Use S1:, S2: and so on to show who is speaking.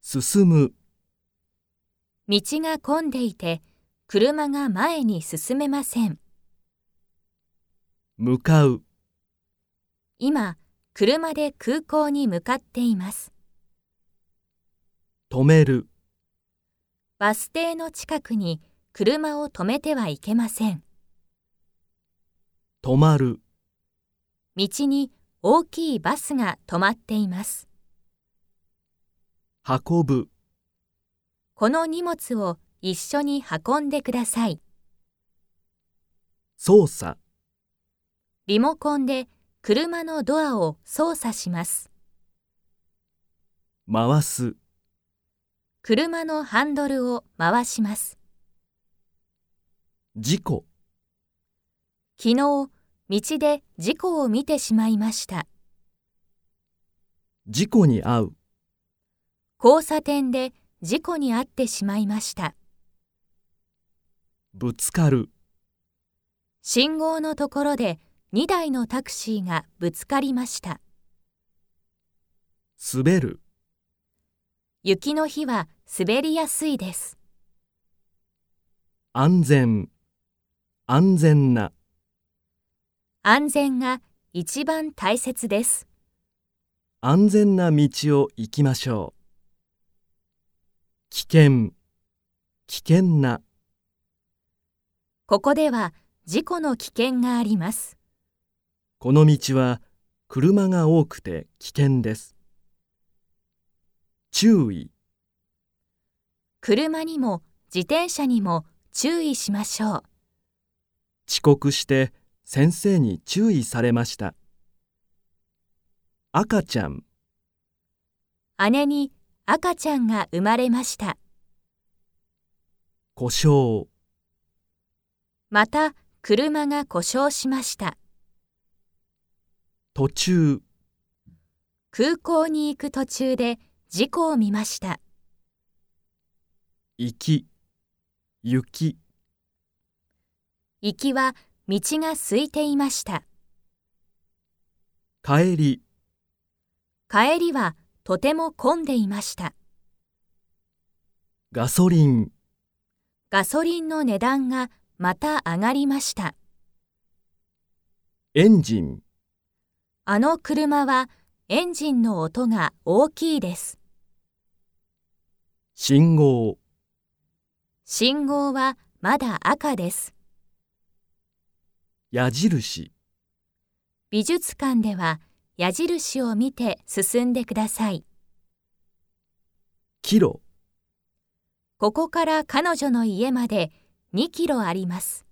S1: 進む、
S2: 道が混んでいて車が前に進めません。
S1: 向かう、
S2: 今、車で空港に向かっています。
S1: 止める、
S2: バス停の近くに車を止めてはいけません。
S1: 止まる、
S2: 道に大きいバスが止まっています。
S1: 運ぶ、
S2: この荷物を一緒に運んでください。
S1: 操作、
S2: リモコンで車のドアを操作します。
S1: 回す、
S2: 車のハンドルを回します。
S1: 事故、
S2: 昨日、道で事故を見てしまいました。
S1: 事故に遭う、
S2: 交差点で事故に遭ってしまいました。
S1: ぶつかる、
S2: 信号のところで2台のタクシーがぶつかりました。
S1: 滑る、
S2: 雪の日は滑りやすいです。
S1: 安全、安全な、
S2: 安全が一番大切です。
S1: 安全な道を行きましょう。危険、危険な、
S2: ここでは事故の危険があります。
S1: この道は車が多くて危険です。注意、
S2: 車にも自転車にも注意しましょう。
S1: 遅刻して先生に注意されました。赤ちゃん、
S2: 姉に赤ちゃんが生まれました。
S1: 故障、
S2: また車が故障しました。
S1: 途中、
S2: 空港に行く途中で事故を見ました。
S1: 行き、雪、
S2: 行きは道が空いていました。
S1: 帰り、
S2: 帰りはとても混んでいました。
S1: ガソリン、
S2: ガソリンの値段がまた上がりました。
S1: エンジン、
S2: あの車はエンジンの音が大きいです。
S1: 信号、
S2: 信号はまだ赤です。
S1: 矢印、
S2: 美術館では矢印を見て進んでください。
S1: キロ。
S2: ここから彼女の家まで2キロあります。